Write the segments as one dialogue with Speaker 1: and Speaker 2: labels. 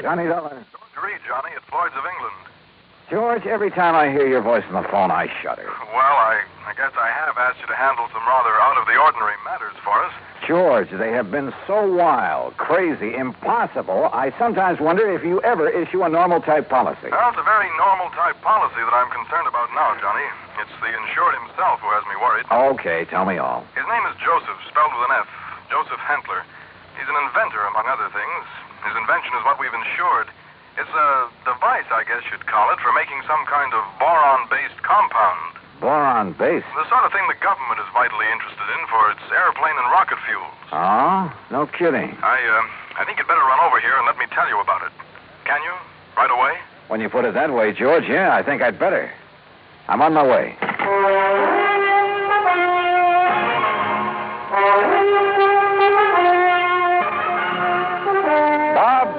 Speaker 1: Johnny Dollar.
Speaker 2: George Reed, Johnny, at Floyd's of England.
Speaker 1: George, every time I hear your voice on the phone, I shudder.
Speaker 2: Well, I, I guess I have asked you to handle some rather out of the ordinary matters for us.
Speaker 1: George, they have been so wild, crazy, impossible, I sometimes wonder if you ever issue a normal type policy.
Speaker 2: Well, it's a very normal type policy that I'm concerned about now, Johnny. It's the insured himself who has me worried.
Speaker 1: Okay, tell me all.
Speaker 2: His name is Joseph, spelled with an F. Joseph Hentler. He's an inventor, among other things. His invention is what we've insured. It's a device, I guess you'd call it, for making some kind of boron based compound.
Speaker 1: Boron base.
Speaker 2: The sort of thing the government is vitally interested in for its airplane and rocket fuels.
Speaker 1: Oh, no kidding.
Speaker 2: I, uh, I think you'd better run over here and let me tell you about it. Can you? Right away?
Speaker 1: When you put it that way, George, yeah, I think I'd better. I'm on my way.
Speaker 3: Bob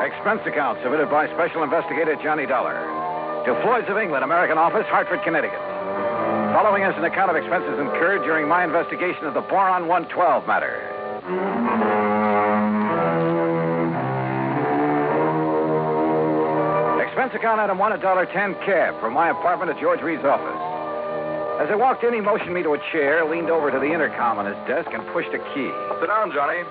Speaker 1: Expense account submitted by Special Investigator Johnny Dollar to Floyd's of England, American Office, Hartford, Connecticut. Following is an account of expenses incurred during my investigation of the Boron 112 matter. Expense account item one, a dollar ten cab from my apartment at George Reed's office. As I walked in, he motioned me to a chair, leaned over to the intercom on his desk, and pushed a key.
Speaker 2: Sit down, Johnny.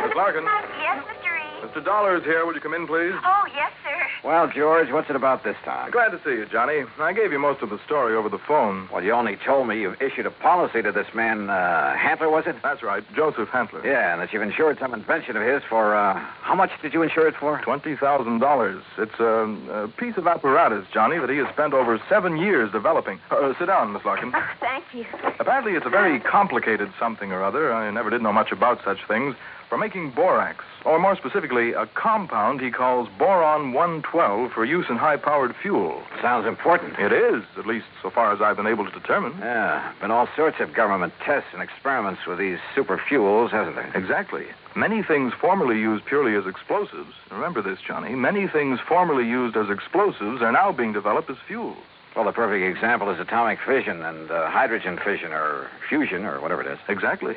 Speaker 2: Miss Larkin.
Speaker 4: Yes, Mr. Reed.
Speaker 2: Mr. Dollar is here. Will you come in, please?
Speaker 4: Oh, yes, sir.
Speaker 1: Well, George, what's it about this time?
Speaker 2: Glad to see you, Johnny. I gave you most of the story over the phone.
Speaker 1: Well, you only told me you've issued a policy to this man, uh, Hantler, was it?
Speaker 2: That's right, Joseph Hantler.
Speaker 1: Yeah, and that you've insured some invention of his for, uh, how much did you insure it for?
Speaker 2: Twenty thousand dollars. It's um, a piece of apparatus, Johnny, that he has spent over seven years developing. Uh, sit down, Miss Larkin.
Speaker 4: Oh, thank you.
Speaker 2: Apparently, it's a very complicated something or other. I never did know much about such things. For making borax, or more specifically, a compound he calls boron 112 for use in high-powered fuel.
Speaker 1: Sounds important.
Speaker 2: It is, at least so far as I've been able to determine.
Speaker 1: Yeah, been all sorts of government tests and experiments with these super fuels, hasn't there?
Speaker 2: Exactly. Many things formerly used purely as explosives. Remember this, Johnny. Many things formerly used as explosives are now being developed as fuels.
Speaker 1: Well, the perfect example is atomic fission and uh, hydrogen fission or fusion or whatever it is.
Speaker 2: Exactly.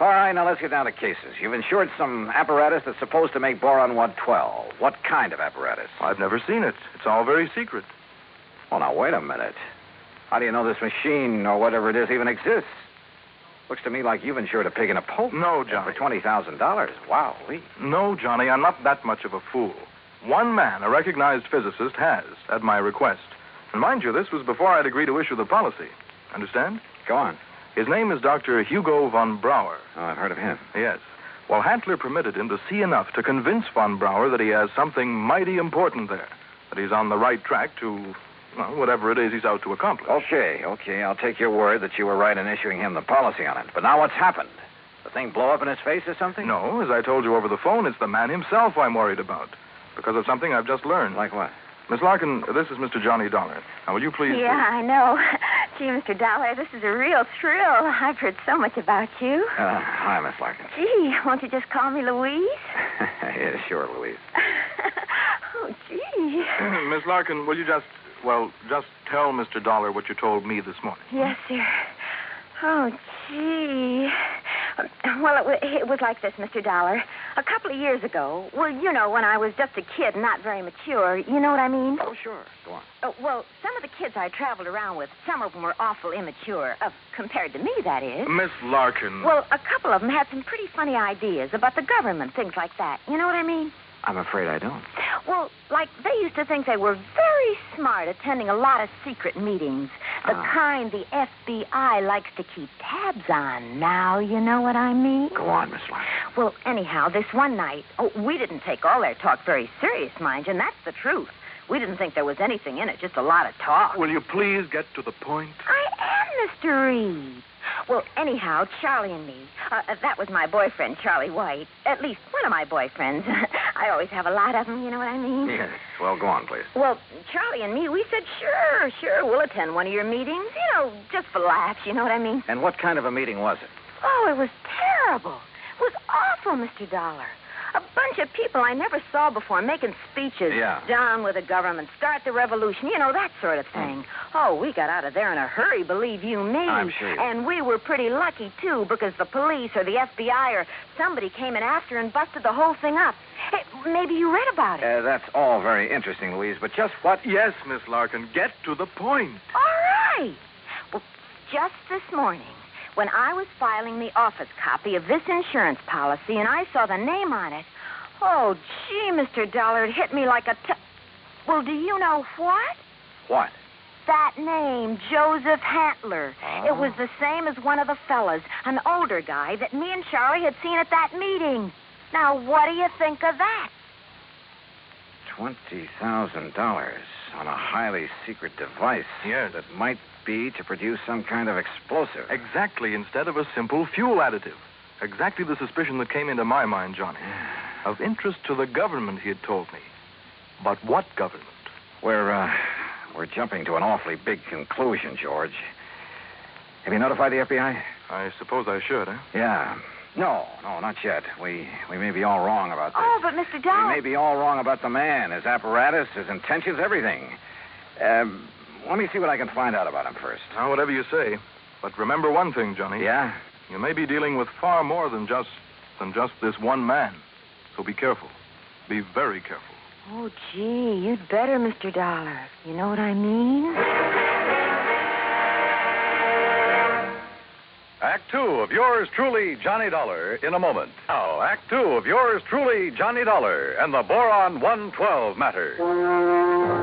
Speaker 1: All right, now let's get down to cases. You've insured some apparatus that's supposed to make boron 112. What kind of apparatus?
Speaker 2: I've never seen it. It's all very secret.
Speaker 1: Well, Oh, now, wait a minute. How do you know this machine or whatever it is even exists? Looks to me like you've insured a pig in a poke.
Speaker 2: No,
Speaker 1: Yeah, For
Speaker 2: Johnny.
Speaker 1: $20,000. Wow, Lee.
Speaker 2: No, Johnny, I'm not that much of a fool. One man, a recognized physicist, has, at my request. And mind you, this was before I'd agreed to issue the policy. Understand?
Speaker 1: Go on.
Speaker 2: His name is Dr. Hugo von Brauer.
Speaker 1: Oh, I've heard of him.
Speaker 2: Yes. Well, Hantler permitted him to see enough to convince von Brauer that he has something mighty important there, that he's on the right track to, well, whatever it is he's out to accomplish.
Speaker 1: Okay, okay. I'll take your word that you were right in issuing him the policy on it. But now what's happened? The thing blow up in his face or something?
Speaker 2: No, as I told you over the phone, it's the man himself I'm worried about because of something I've just learned.
Speaker 1: Like what?
Speaker 2: Miss Larkin, this is Mr. Johnny Dollar. Now, will you please?
Speaker 4: yeah, I know. Gee, Mr. Dollar, this is a real thrill. I've heard so much about you.
Speaker 2: Uh-huh.
Speaker 1: Uh, hi, Miss Larkin.
Speaker 4: Gee, won't you just call me Louise?
Speaker 1: yeah, sure, Louise.
Speaker 4: oh, gee.
Speaker 2: Miss Larkin, will you just, well, just tell Mr. Dollar what you told me this morning?
Speaker 4: Yes, sir. Oh, gee. Well, it, wa- it was like this, Mr. Dollar. A couple of years ago, well, you know, when I was just a kid, not very mature, you know what I mean?
Speaker 1: Oh, sure. Go on.
Speaker 4: Oh, well, some of the kids I traveled around with, some of them were awful immature, uh, compared to me, that is.
Speaker 2: Miss Larkin.
Speaker 4: Well, a couple of them had some pretty funny ideas about the government, things like that. You know what I mean?
Speaker 1: I'm afraid I don't.
Speaker 4: Well, like, they used to think they were very smart attending a lot of secret meetings, the
Speaker 1: Ah.
Speaker 4: kind the FBI likes to keep tabs on now. You know what I mean?
Speaker 1: Go on, Miss Larkin.
Speaker 4: Well, anyhow, this one night, oh, we didn't take all their talk very serious, mind you, and that's the truth. We didn't think there was anything in it, just a lot of talk.
Speaker 2: will you please get to the point?
Speaker 4: I am Mr. Reed. Well, anyhow, Charlie and me. Uh, uh, that was my boyfriend, Charlie White. At least one of my boyfriends. I always have a lot of them, you know what I mean?
Speaker 1: Yes. Well, go on, please.
Speaker 4: Well, Charlie and me, we said, sure, sure, we'll attend one of your meetings. You know, just for laughs, you know what I mean?
Speaker 1: And what kind of a meeting was it?
Speaker 4: Oh, it was terrible. It was awful, Mr. Dollar. A bunch of people I never saw before making speeches.
Speaker 1: Yeah.
Speaker 4: Down with the government, start the revolution, you know, that sort of thing. Oh, we got out of there in a hurry, believe you me.
Speaker 1: Mm. I'm sure you-
Speaker 4: And we were pretty lucky, too, because the police or the FBI or somebody came in after and busted the whole thing up. Hey, maybe you read about it.
Speaker 1: Uh, that's all very interesting, Louise, but just what.
Speaker 3: Yes, Miss Larkin, get to the point.
Speaker 4: All right. Well, just this morning, when I was filing the office copy of this insurance policy and I saw the name on it, oh, gee, Mr. Dollar, it hit me like a. T- well, do you know what?
Speaker 1: What?
Speaker 4: That name, Joseph Hantler. It was the same as one of the fellas, an older guy that me and Charlie had seen at that meeting. Now, what do you think of that?
Speaker 1: $20,000 on a highly secret device.
Speaker 3: Yes.
Speaker 1: That might be to produce some kind of explosive.
Speaker 3: Exactly, instead of a simple fuel additive. Exactly the suspicion that came into my mind, Johnny. Of interest to the government, he had told me. But what government?
Speaker 1: We're, uh, we're jumping to an awfully big conclusion, George. Have you notified the FBI?
Speaker 3: I suppose I should, eh?
Speaker 1: Yeah. No, no, not yet. We we may be all wrong about this.
Speaker 4: Oh, but Mr.
Speaker 1: We
Speaker 4: Dollar.
Speaker 1: may be all wrong about the man, his apparatus, his intentions, everything. Um, let me see what I can find out about him first.
Speaker 3: Now, whatever you say. But remember one thing, Johnny.
Speaker 1: Yeah?
Speaker 3: You may be dealing with far more than just than just this one man. So be careful. Be very careful.
Speaker 4: Oh, gee, you'd better, Mr. Dollar. You know what I mean?
Speaker 3: Act two of yours truly, Johnny Dollar, in a moment. Now, Act two of yours truly, Johnny Dollar, and the Boron 112 matter.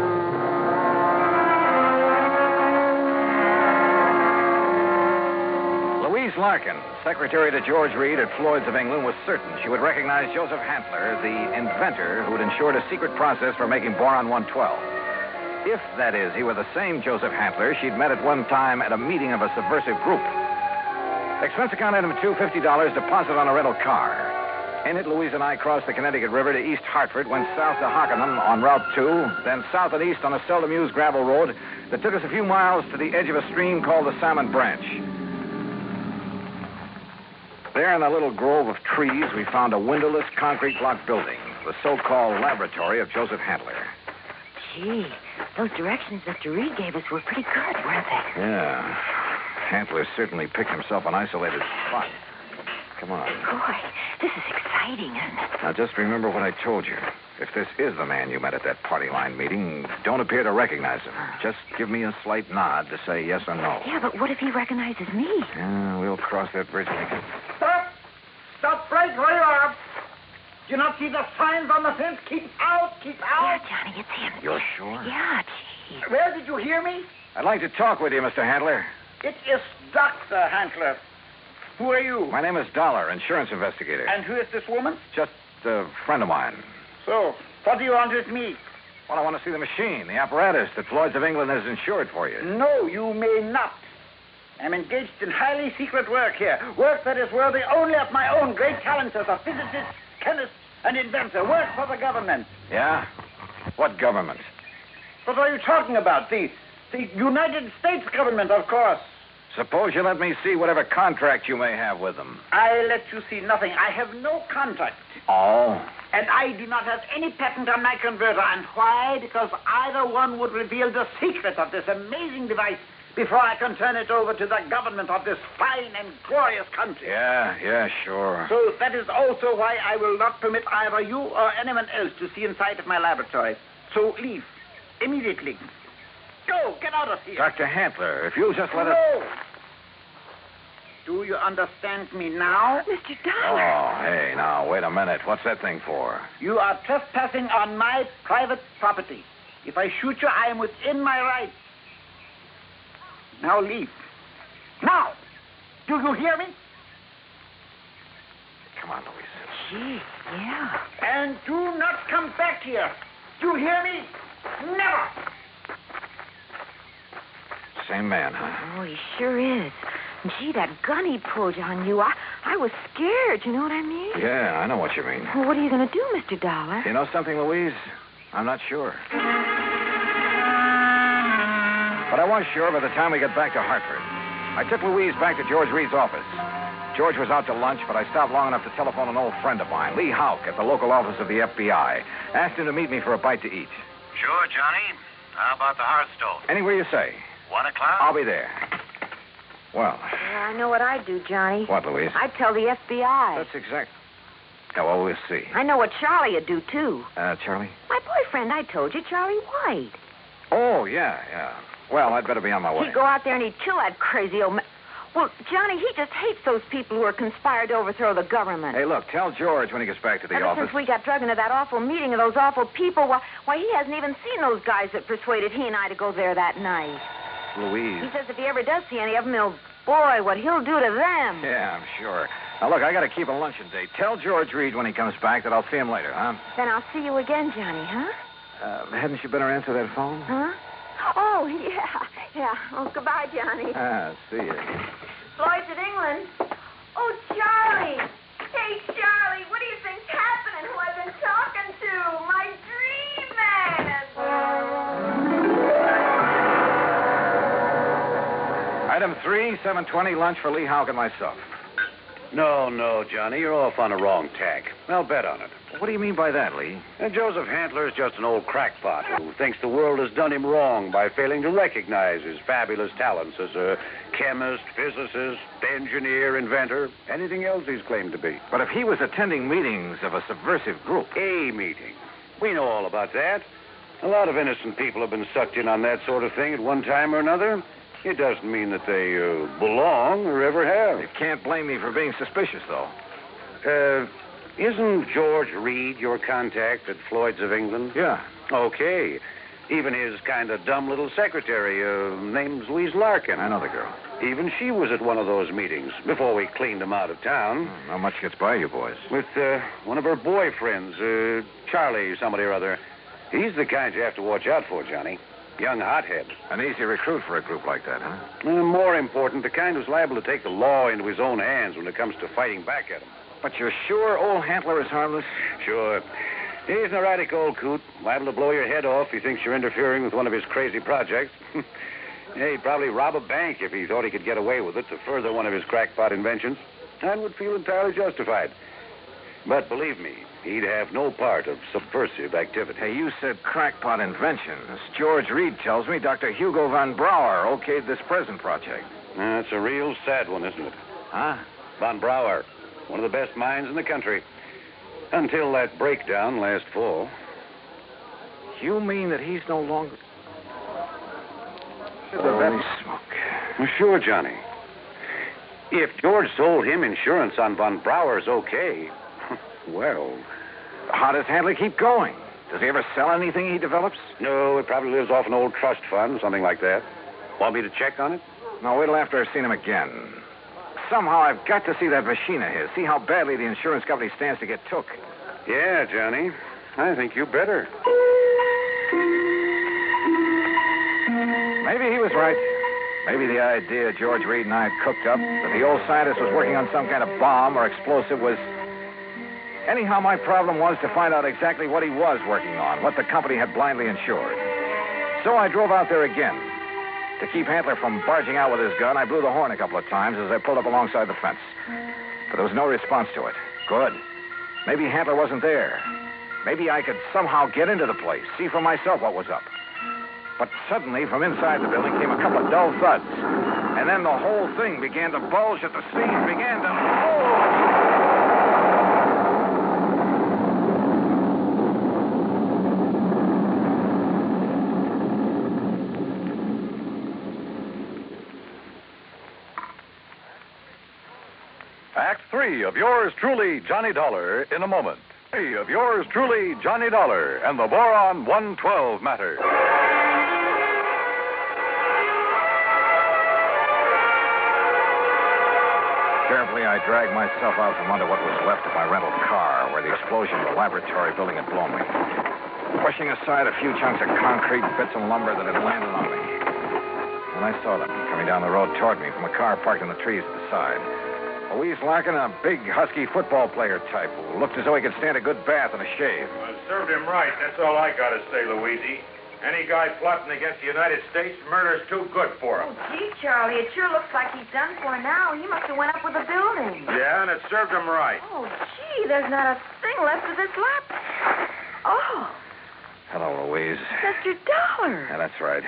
Speaker 1: Louise Larkin, secretary to George Reed at Floyd's of England, was certain she would recognize Joseph Hantler, the inventor who had ensured a secret process for making boron 112. If, that is, he were the same Joseph Hantler she'd met at one time at a meeting of a subversive group. Expense account item two, $50 deposit on a rental car. In it, Louise and I crossed the Connecticut River to East Hartford, went south to Hockenham on Route 2, then south and east on a seldom used gravel road that took us a few miles to the edge of a stream called the Salmon Branch. There in a little grove of trees, we found a windowless concrete block building, the so called laboratory of Joseph Hantler.
Speaker 4: Gee, those directions Mr. Reed gave us were pretty good, weren't they?
Speaker 1: Yeah. Hantler certainly picked himself an isolated spot. Come on.
Speaker 4: Boy, this is exciting, isn't it?
Speaker 1: Now just remember what I told you. If this is the man you met at that party line meeting, don't appear to recognize him. Just give me a slight nod to say yes or no.
Speaker 4: Yeah, but what if he recognizes me?
Speaker 1: Yeah, we'll cross that bridge when we come.
Speaker 5: Stop! Stop right where you are! Do you not see the signs on the fence? Keep out! Keep
Speaker 4: Yeah,
Speaker 5: out!
Speaker 4: Johnny, it's him.
Speaker 1: You're sure?
Speaker 4: Yeah, gee.
Speaker 5: Where did you hear me?
Speaker 1: I'd like to talk with you, Mr. Hantler.
Speaker 5: It is Dr. Hantler. Who are you?
Speaker 1: My name is Dollar, insurance investigator.
Speaker 5: And who is this woman?
Speaker 1: Just a friend of mine.
Speaker 5: So, what do you want with me?
Speaker 1: Well, I want to see the machine, the apparatus that Floyd's of England has insured for you.
Speaker 5: No, you may not. I'm engaged in highly secret work here. Work that is worthy only of my own great talents as a physicist, chemist, and inventor. Work for the government.
Speaker 1: Yeah? What government?
Speaker 5: What are you talking about? The, the United States government, of course.
Speaker 1: Suppose you let me see whatever contract you may have with them.
Speaker 5: I let you see nothing. I have no contract.
Speaker 1: Oh?
Speaker 5: And I do not have any patent on my converter. And why? Because either one would reveal the secret of this amazing device before I can turn it over to the government of this fine and glorious country.
Speaker 1: Yeah, yeah, sure.
Speaker 5: So that is also why I will not permit either you or anyone else to see inside of my laboratory. So leave. Immediately. Go! Get out of here!
Speaker 1: Dr. Hantler, if you'll just let us.
Speaker 5: Go! Do you understand me now?
Speaker 4: Mr. Dollar.
Speaker 1: Oh, hey, now, wait a minute. What's that thing for?
Speaker 5: You are trespassing on my private property. If I shoot you, I am within my rights. Now leave. Now! Do you hear me?
Speaker 1: Come on, Louise.
Speaker 4: Gee, yeah.
Speaker 5: And do not come back here. Do you hear me? Never!
Speaker 1: Same man, huh?
Speaker 4: Oh, he sure is. Gee, that gun he pulled on you, I, I was scared. You know what I mean?
Speaker 1: Yeah, I know what you mean.
Speaker 4: Well, what are you going to do, Mr. Dollar?
Speaker 1: You know something, Louise? I'm not sure. But I was sure by the time we got back to Hartford. I took Louise back to George Reed's office. George was out to lunch, but I stopped long enough to telephone an old friend of mine, Lee Hauk, at the local office of the FBI. Asked him to meet me for a bite to eat.
Speaker 6: Sure, Johnny. How about the Hearthstone?
Speaker 1: Anywhere you say.
Speaker 6: One o'clock?
Speaker 1: I'll be there. Well,
Speaker 4: Yeah, I know what I'd do, Johnny.
Speaker 1: what, Louise?
Speaker 4: I'd tell the FBI.
Speaker 1: That's exact. Yeah, well, we'll see.
Speaker 4: I know what Charlie would do, too.
Speaker 1: Uh, Charlie?
Speaker 4: My boyfriend, I told you, Charlie White.
Speaker 1: Oh, yeah, yeah. Well, I'd better be on my way.
Speaker 4: He'd go out there and he'd kill that crazy old man. Well, Johnny, he just hates those people who are conspired to overthrow the government.
Speaker 1: Hey, look, tell George when he gets back to the
Speaker 4: Ever
Speaker 1: office.
Speaker 4: since we got drugged into that awful meeting of those awful people, why, why, he hasn't even seen those guys that persuaded he and I to go there that night.
Speaker 1: Louise.
Speaker 4: He says if he ever does see any of them, he'll, boy, what he'll do to them.
Speaker 1: Yeah, I'm sure. Now, look, I got to keep a luncheon date. Tell George Reed when he comes back that I'll see him later, huh?
Speaker 4: Then I'll see you again, Johnny, huh?
Speaker 1: Uh, hadn't you better answer that phone?
Speaker 4: Huh? Oh, yeah, yeah. Oh, goodbye, Johnny.
Speaker 1: Ah, see you.
Speaker 4: Floyd's of England. Oh, Charlie. Hey, Charlie, what do you think's happening? Who I've been talking to? My dream man.
Speaker 1: Item three, 720, lunch for Lee Houck and myself.
Speaker 6: No, no, Johnny. You're off on a wrong tack. I'll bet on it.
Speaker 1: What do you mean by that, Lee?
Speaker 6: And Joseph Handler is just an old crackpot who thinks the world has done him wrong by failing to recognize his fabulous talents as a chemist, physicist, engineer, inventor, anything else he's claimed to be.
Speaker 1: But if he was attending meetings of a subversive group.
Speaker 6: A meeting. We know all about that. A lot of innocent people have been sucked in on that sort of thing at one time or another. It doesn't mean that they uh, belong or ever
Speaker 1: You
Speaker 6: have.
Speaker 1: can't blame me for being suspicious, though.
Speaker 6: Uh, isn't George Reed your contact at Floyd's of England?
Speaker 1: Yeah.
Speaker 6: Okay. Even his kind of dumb little secretary, uh, name's Louise Larkin.
Speaker 1: I know the girl.
Speaker 6: Even she was at one of those meetings before we cleaned him out of town
Speaker 1: Hmm, Not much gets by you boys.
Speaker 6: with uh, one of her boyfriends, uh, Charlie, somebody or other. He's the kind you have to watch out for, Johnny. Young hothead.
Speaker 1: An easy recruit for a group like that, huh?
Speaker 6: And more important, the kind who's liable to take the law into his own hands when it comes to fighting back at him.
Speaker 1: But you're sure old Hantler is harmless?
Speaker 6: Sure. He's an erratic old coot, liable to blow your head off if he thinks you're interfering with one of his crazy projects. yeah, he'd probably rob a bank if he thought he could get away with it to further one of his crackpot inventions, and would feel entirely justified. But believe me, he'd have no part of subversive activity.
Speaker 1: Hey, you said crackpot inventions. George Reed tells me Dr. Hugo von Brauer okayed this present project.
Speaker 6: That's a real sad one, isn't it?
Speaker 1: Huh?
Speaker 6: Von Brauer, one of the best minds in the country. Until that breakdown last fall.
Speaker 1: You mean that he's no longer. Holy smoke.
Speaker 6: Well, sure, Johnny. If George sold him insurance on Von Brauer's okay, well,
Speaker 1: How does Handler keep going? Does he ever sell anything he develops?
Speaker 6: no, it probably lives off an old trust fund, something like that. Want me to check on it?
Speaker 1: No, wait till after I've seen him again. Somehow I've got to see that machine of his, see how badly the insurance company stands to get took.
Speaker 6: Yeah, Johnny. I think you better.
Speaker 1: Maybe he was right. Maybe the idea George Reed and I had cooked up that the old scientist was working on some kind of bomb or explosive was. Anyhow, my problem was to find out exactly what he was working on, what the company had blindly insured. So I drove out there again. To keep Hantler from barging out with his gun, I blew the horn a couple of times as I pulled up alongside the fence. But there was no response to it. Good. Maybe Hantler wasn't there. Maybe I could somehow get into the place, see for myself what was up. But suddenly, from inside the building came a couple of dull thuds. And then the whole thing began to bulge at the seams, began to bulge.
Speaker 3: Act three of yours truly, Johnny Dollar, in a moment. Hey, of yours truly, Johnny Dollar, and the Boron 112 matter.
Speaker 1: Carefully, I dragged myself out from under what was left of my rental car, where the explosion in the laboratory building had blown me. Pushing aside a few chunks of concrete, bits, and lumber that had landed on me. Then I saw them coming down the road toward me from a car parked in the trees at the side. Louise Larkin, a big, husky football player type who looked as though he could stand a good bath and a shave.
Speaker 6: Well, it served him right. That's all I got to say, Louise. Any guy plotting against the United States, murder's too good for him.
Speaker 4: Oh, gee, Charlie, it sure looks like he's done for now. He must have went up with a building.
Speaker 6: Yeah, and it served him right.
Speaker 4: Oh, gee, there's not a thing left of this lap. Oh,
Speaker 1: Hello, Louise.
Speaker 4: Mr. Dollar.
Speaker 1: Yeah, that's right.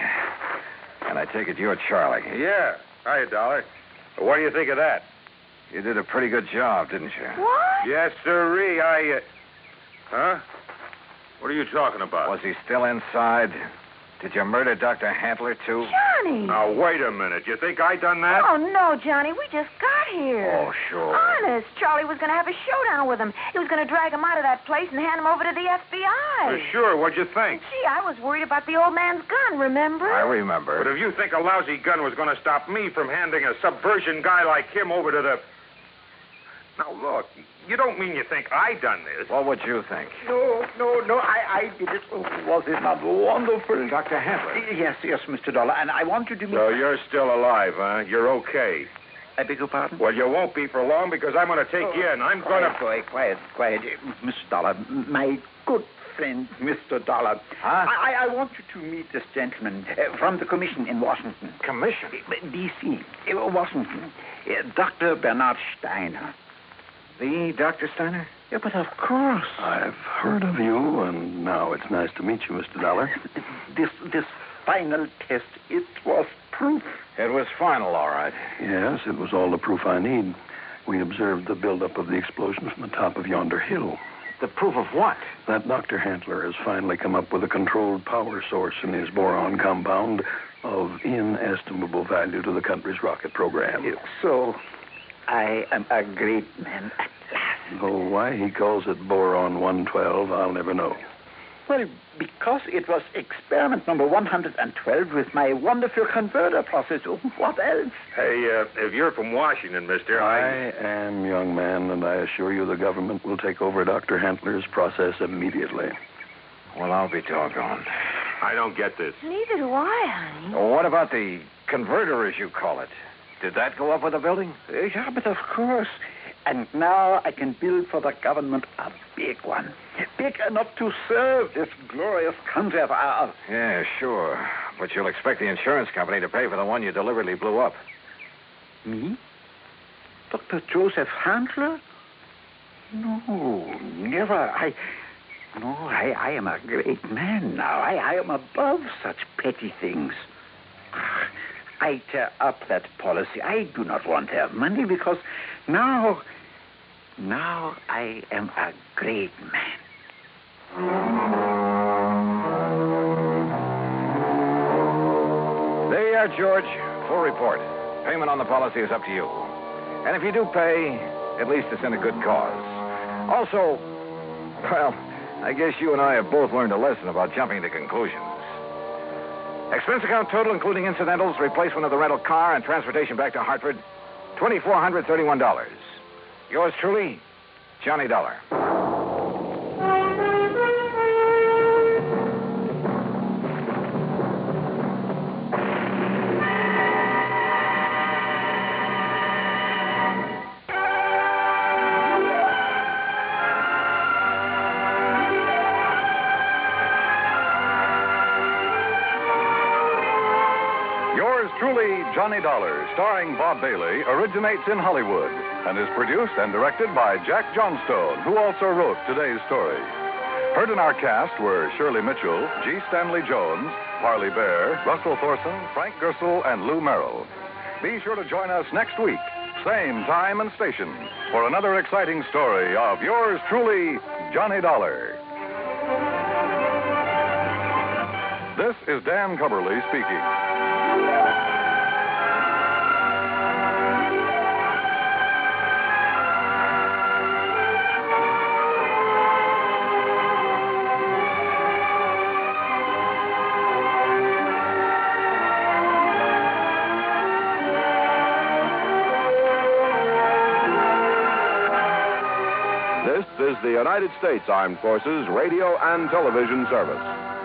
Speaker 1: And I take it you're Charlie.
Speaker 6: Yeah. Hiya, Dollar. What do you think of that?
Speaker 1: You did a pretty good job, didn't you?
Speaker 4: What?
Speaker 6: Yes, sirree. I. Uh... Huh? What are you talking about?
Speaker 1: Was he still inside? Did you murder Dr. Hantler, too?
Speaker 4: Johnny.
Speaker 6: Now, wait a minute. You think I done that?
Speaker 4: Oh, no, Johnny. We just got here.
Speaker 1: Oh, sure.
Speaker 4: Honest, Charlie was going to have a showdown with him. He was going to drag him out of that place and hand him over to the
Speaker 6: Uh,
Speaker 4: FBI.
Speaker 6: sure. What'd you think?
Speaker 4: Gee, I was worried about the old man's gun, remember?
Speaker 1: I remember.
Speaker 6: But if you think a lousy gun was going to stop me from handing a subversion guy like him over to the. Now, look, you don't mean you think I done this.
Speaker 1: What would you think?
Speaker 5: No, no, no, I, I did it. Oh, was it not wonderful?
Speaker 1: Dr. Hantler.
Speaker 5: Yes, yes, Mr. Dollar, and I want you to meet.
Speaker 6: So you're still alive, huh? You're okay.
Speaker 5: I beg your pardon?
Speaker 6: Well, you won't be for long because I'm going to take you in. I'm going
Speaker 5: Quiet,
Speaker 6: to.
Speaker 5: boy, quiet, quiet. Uh, Mr. Dollar, my good friend, Mr. Dollar.
Speaker 1: Huh?
Speaker 5: I, I- I want you to meet this gentleman uh, from the commission in Washington.
Speaker 1: Commission.
Speaker 5: D.C., uh, Washington. Uh, Dr. Bernard Steiner.
Speaker 1: The Dr. Steiner?
Speaker 5: Yeah, but of course.
Speaker 2: I've heard of you, and now it's nice to meet you, Mr. Dollar.
Speaker 5: This, this final test, it was proof.
Speaker 1: It was final, all right.
Speaker 2: Yes, it was all the proof I need. We observed the buildup of the explosion from the top of yonder hill.
Speaker 1: The proof of what?
Speaker 2: That Dr. Hantler has finally come up with a controlled power source in his boron compound of inestimable value to the country's rocket program.
Speaker 5: So, I am a great man at last.
Speaker 2: Though Oh, why he calls it boron 112, I'll never know.
Speaker 5: Well, because it was experiment number 112 with my wonderful converter process. What else?
Speaker 6: Hey, uh, if you're from Washington, mister, I.
Speaker 2: I am, young man, and I assure you the government will take over Dr. Hantler's process immediately.
Speaker 1: Well, I'll be doggone.
Speaker 6: I don't get this.
Speaker 4: Neither do I, honey.
Speaker 1: What about the converter, as you call it? Did that go up with the building?
Speaker 5: Uh, yeah, but of course. And now I can build for the government a big one. Big enough to serve this glorious country of ours.
Speaker 1: Yeah, sure. But you'll expect the insurance company to pay for the one you deliberately blew up.
Speaker 5: Me? Dr. Joseph Handler? No, never. I. No, I, I am a great man now. I, I am above such petty things. Ah, I tear up that policy. I do not want their money because now. Now I am a great man.
Speaker 1: There you are, George. Full report. Payment on the policy is up to you. And if you do pay, at least it's in a good cause. Also, well, I guess you and I have both learned a lesson about jumping to conclusions. Expense account total, including incidentals, replacement of the rental car, and transportation back to Hartford, $2,431. Yours truly, Johnny Dollar.
Speaker 2: Yours truly, Johnny Dollar, starring Bob Bailey, originates in Hollywood and is produced and directed by Jack Johnstone, who also wrote today's story. Heard in our cast were Shirley Mitchell, G. Stanley Jones, Parley Bear, Russell Thorson, Frank Gersel, and Lou Merrill. Be sure to join us next week, same time and station, for another exciting story of yours truly, Johnny Dollar. This is Dan Cumberly speaking. This is the United States Armed Forces Radio and Television Service.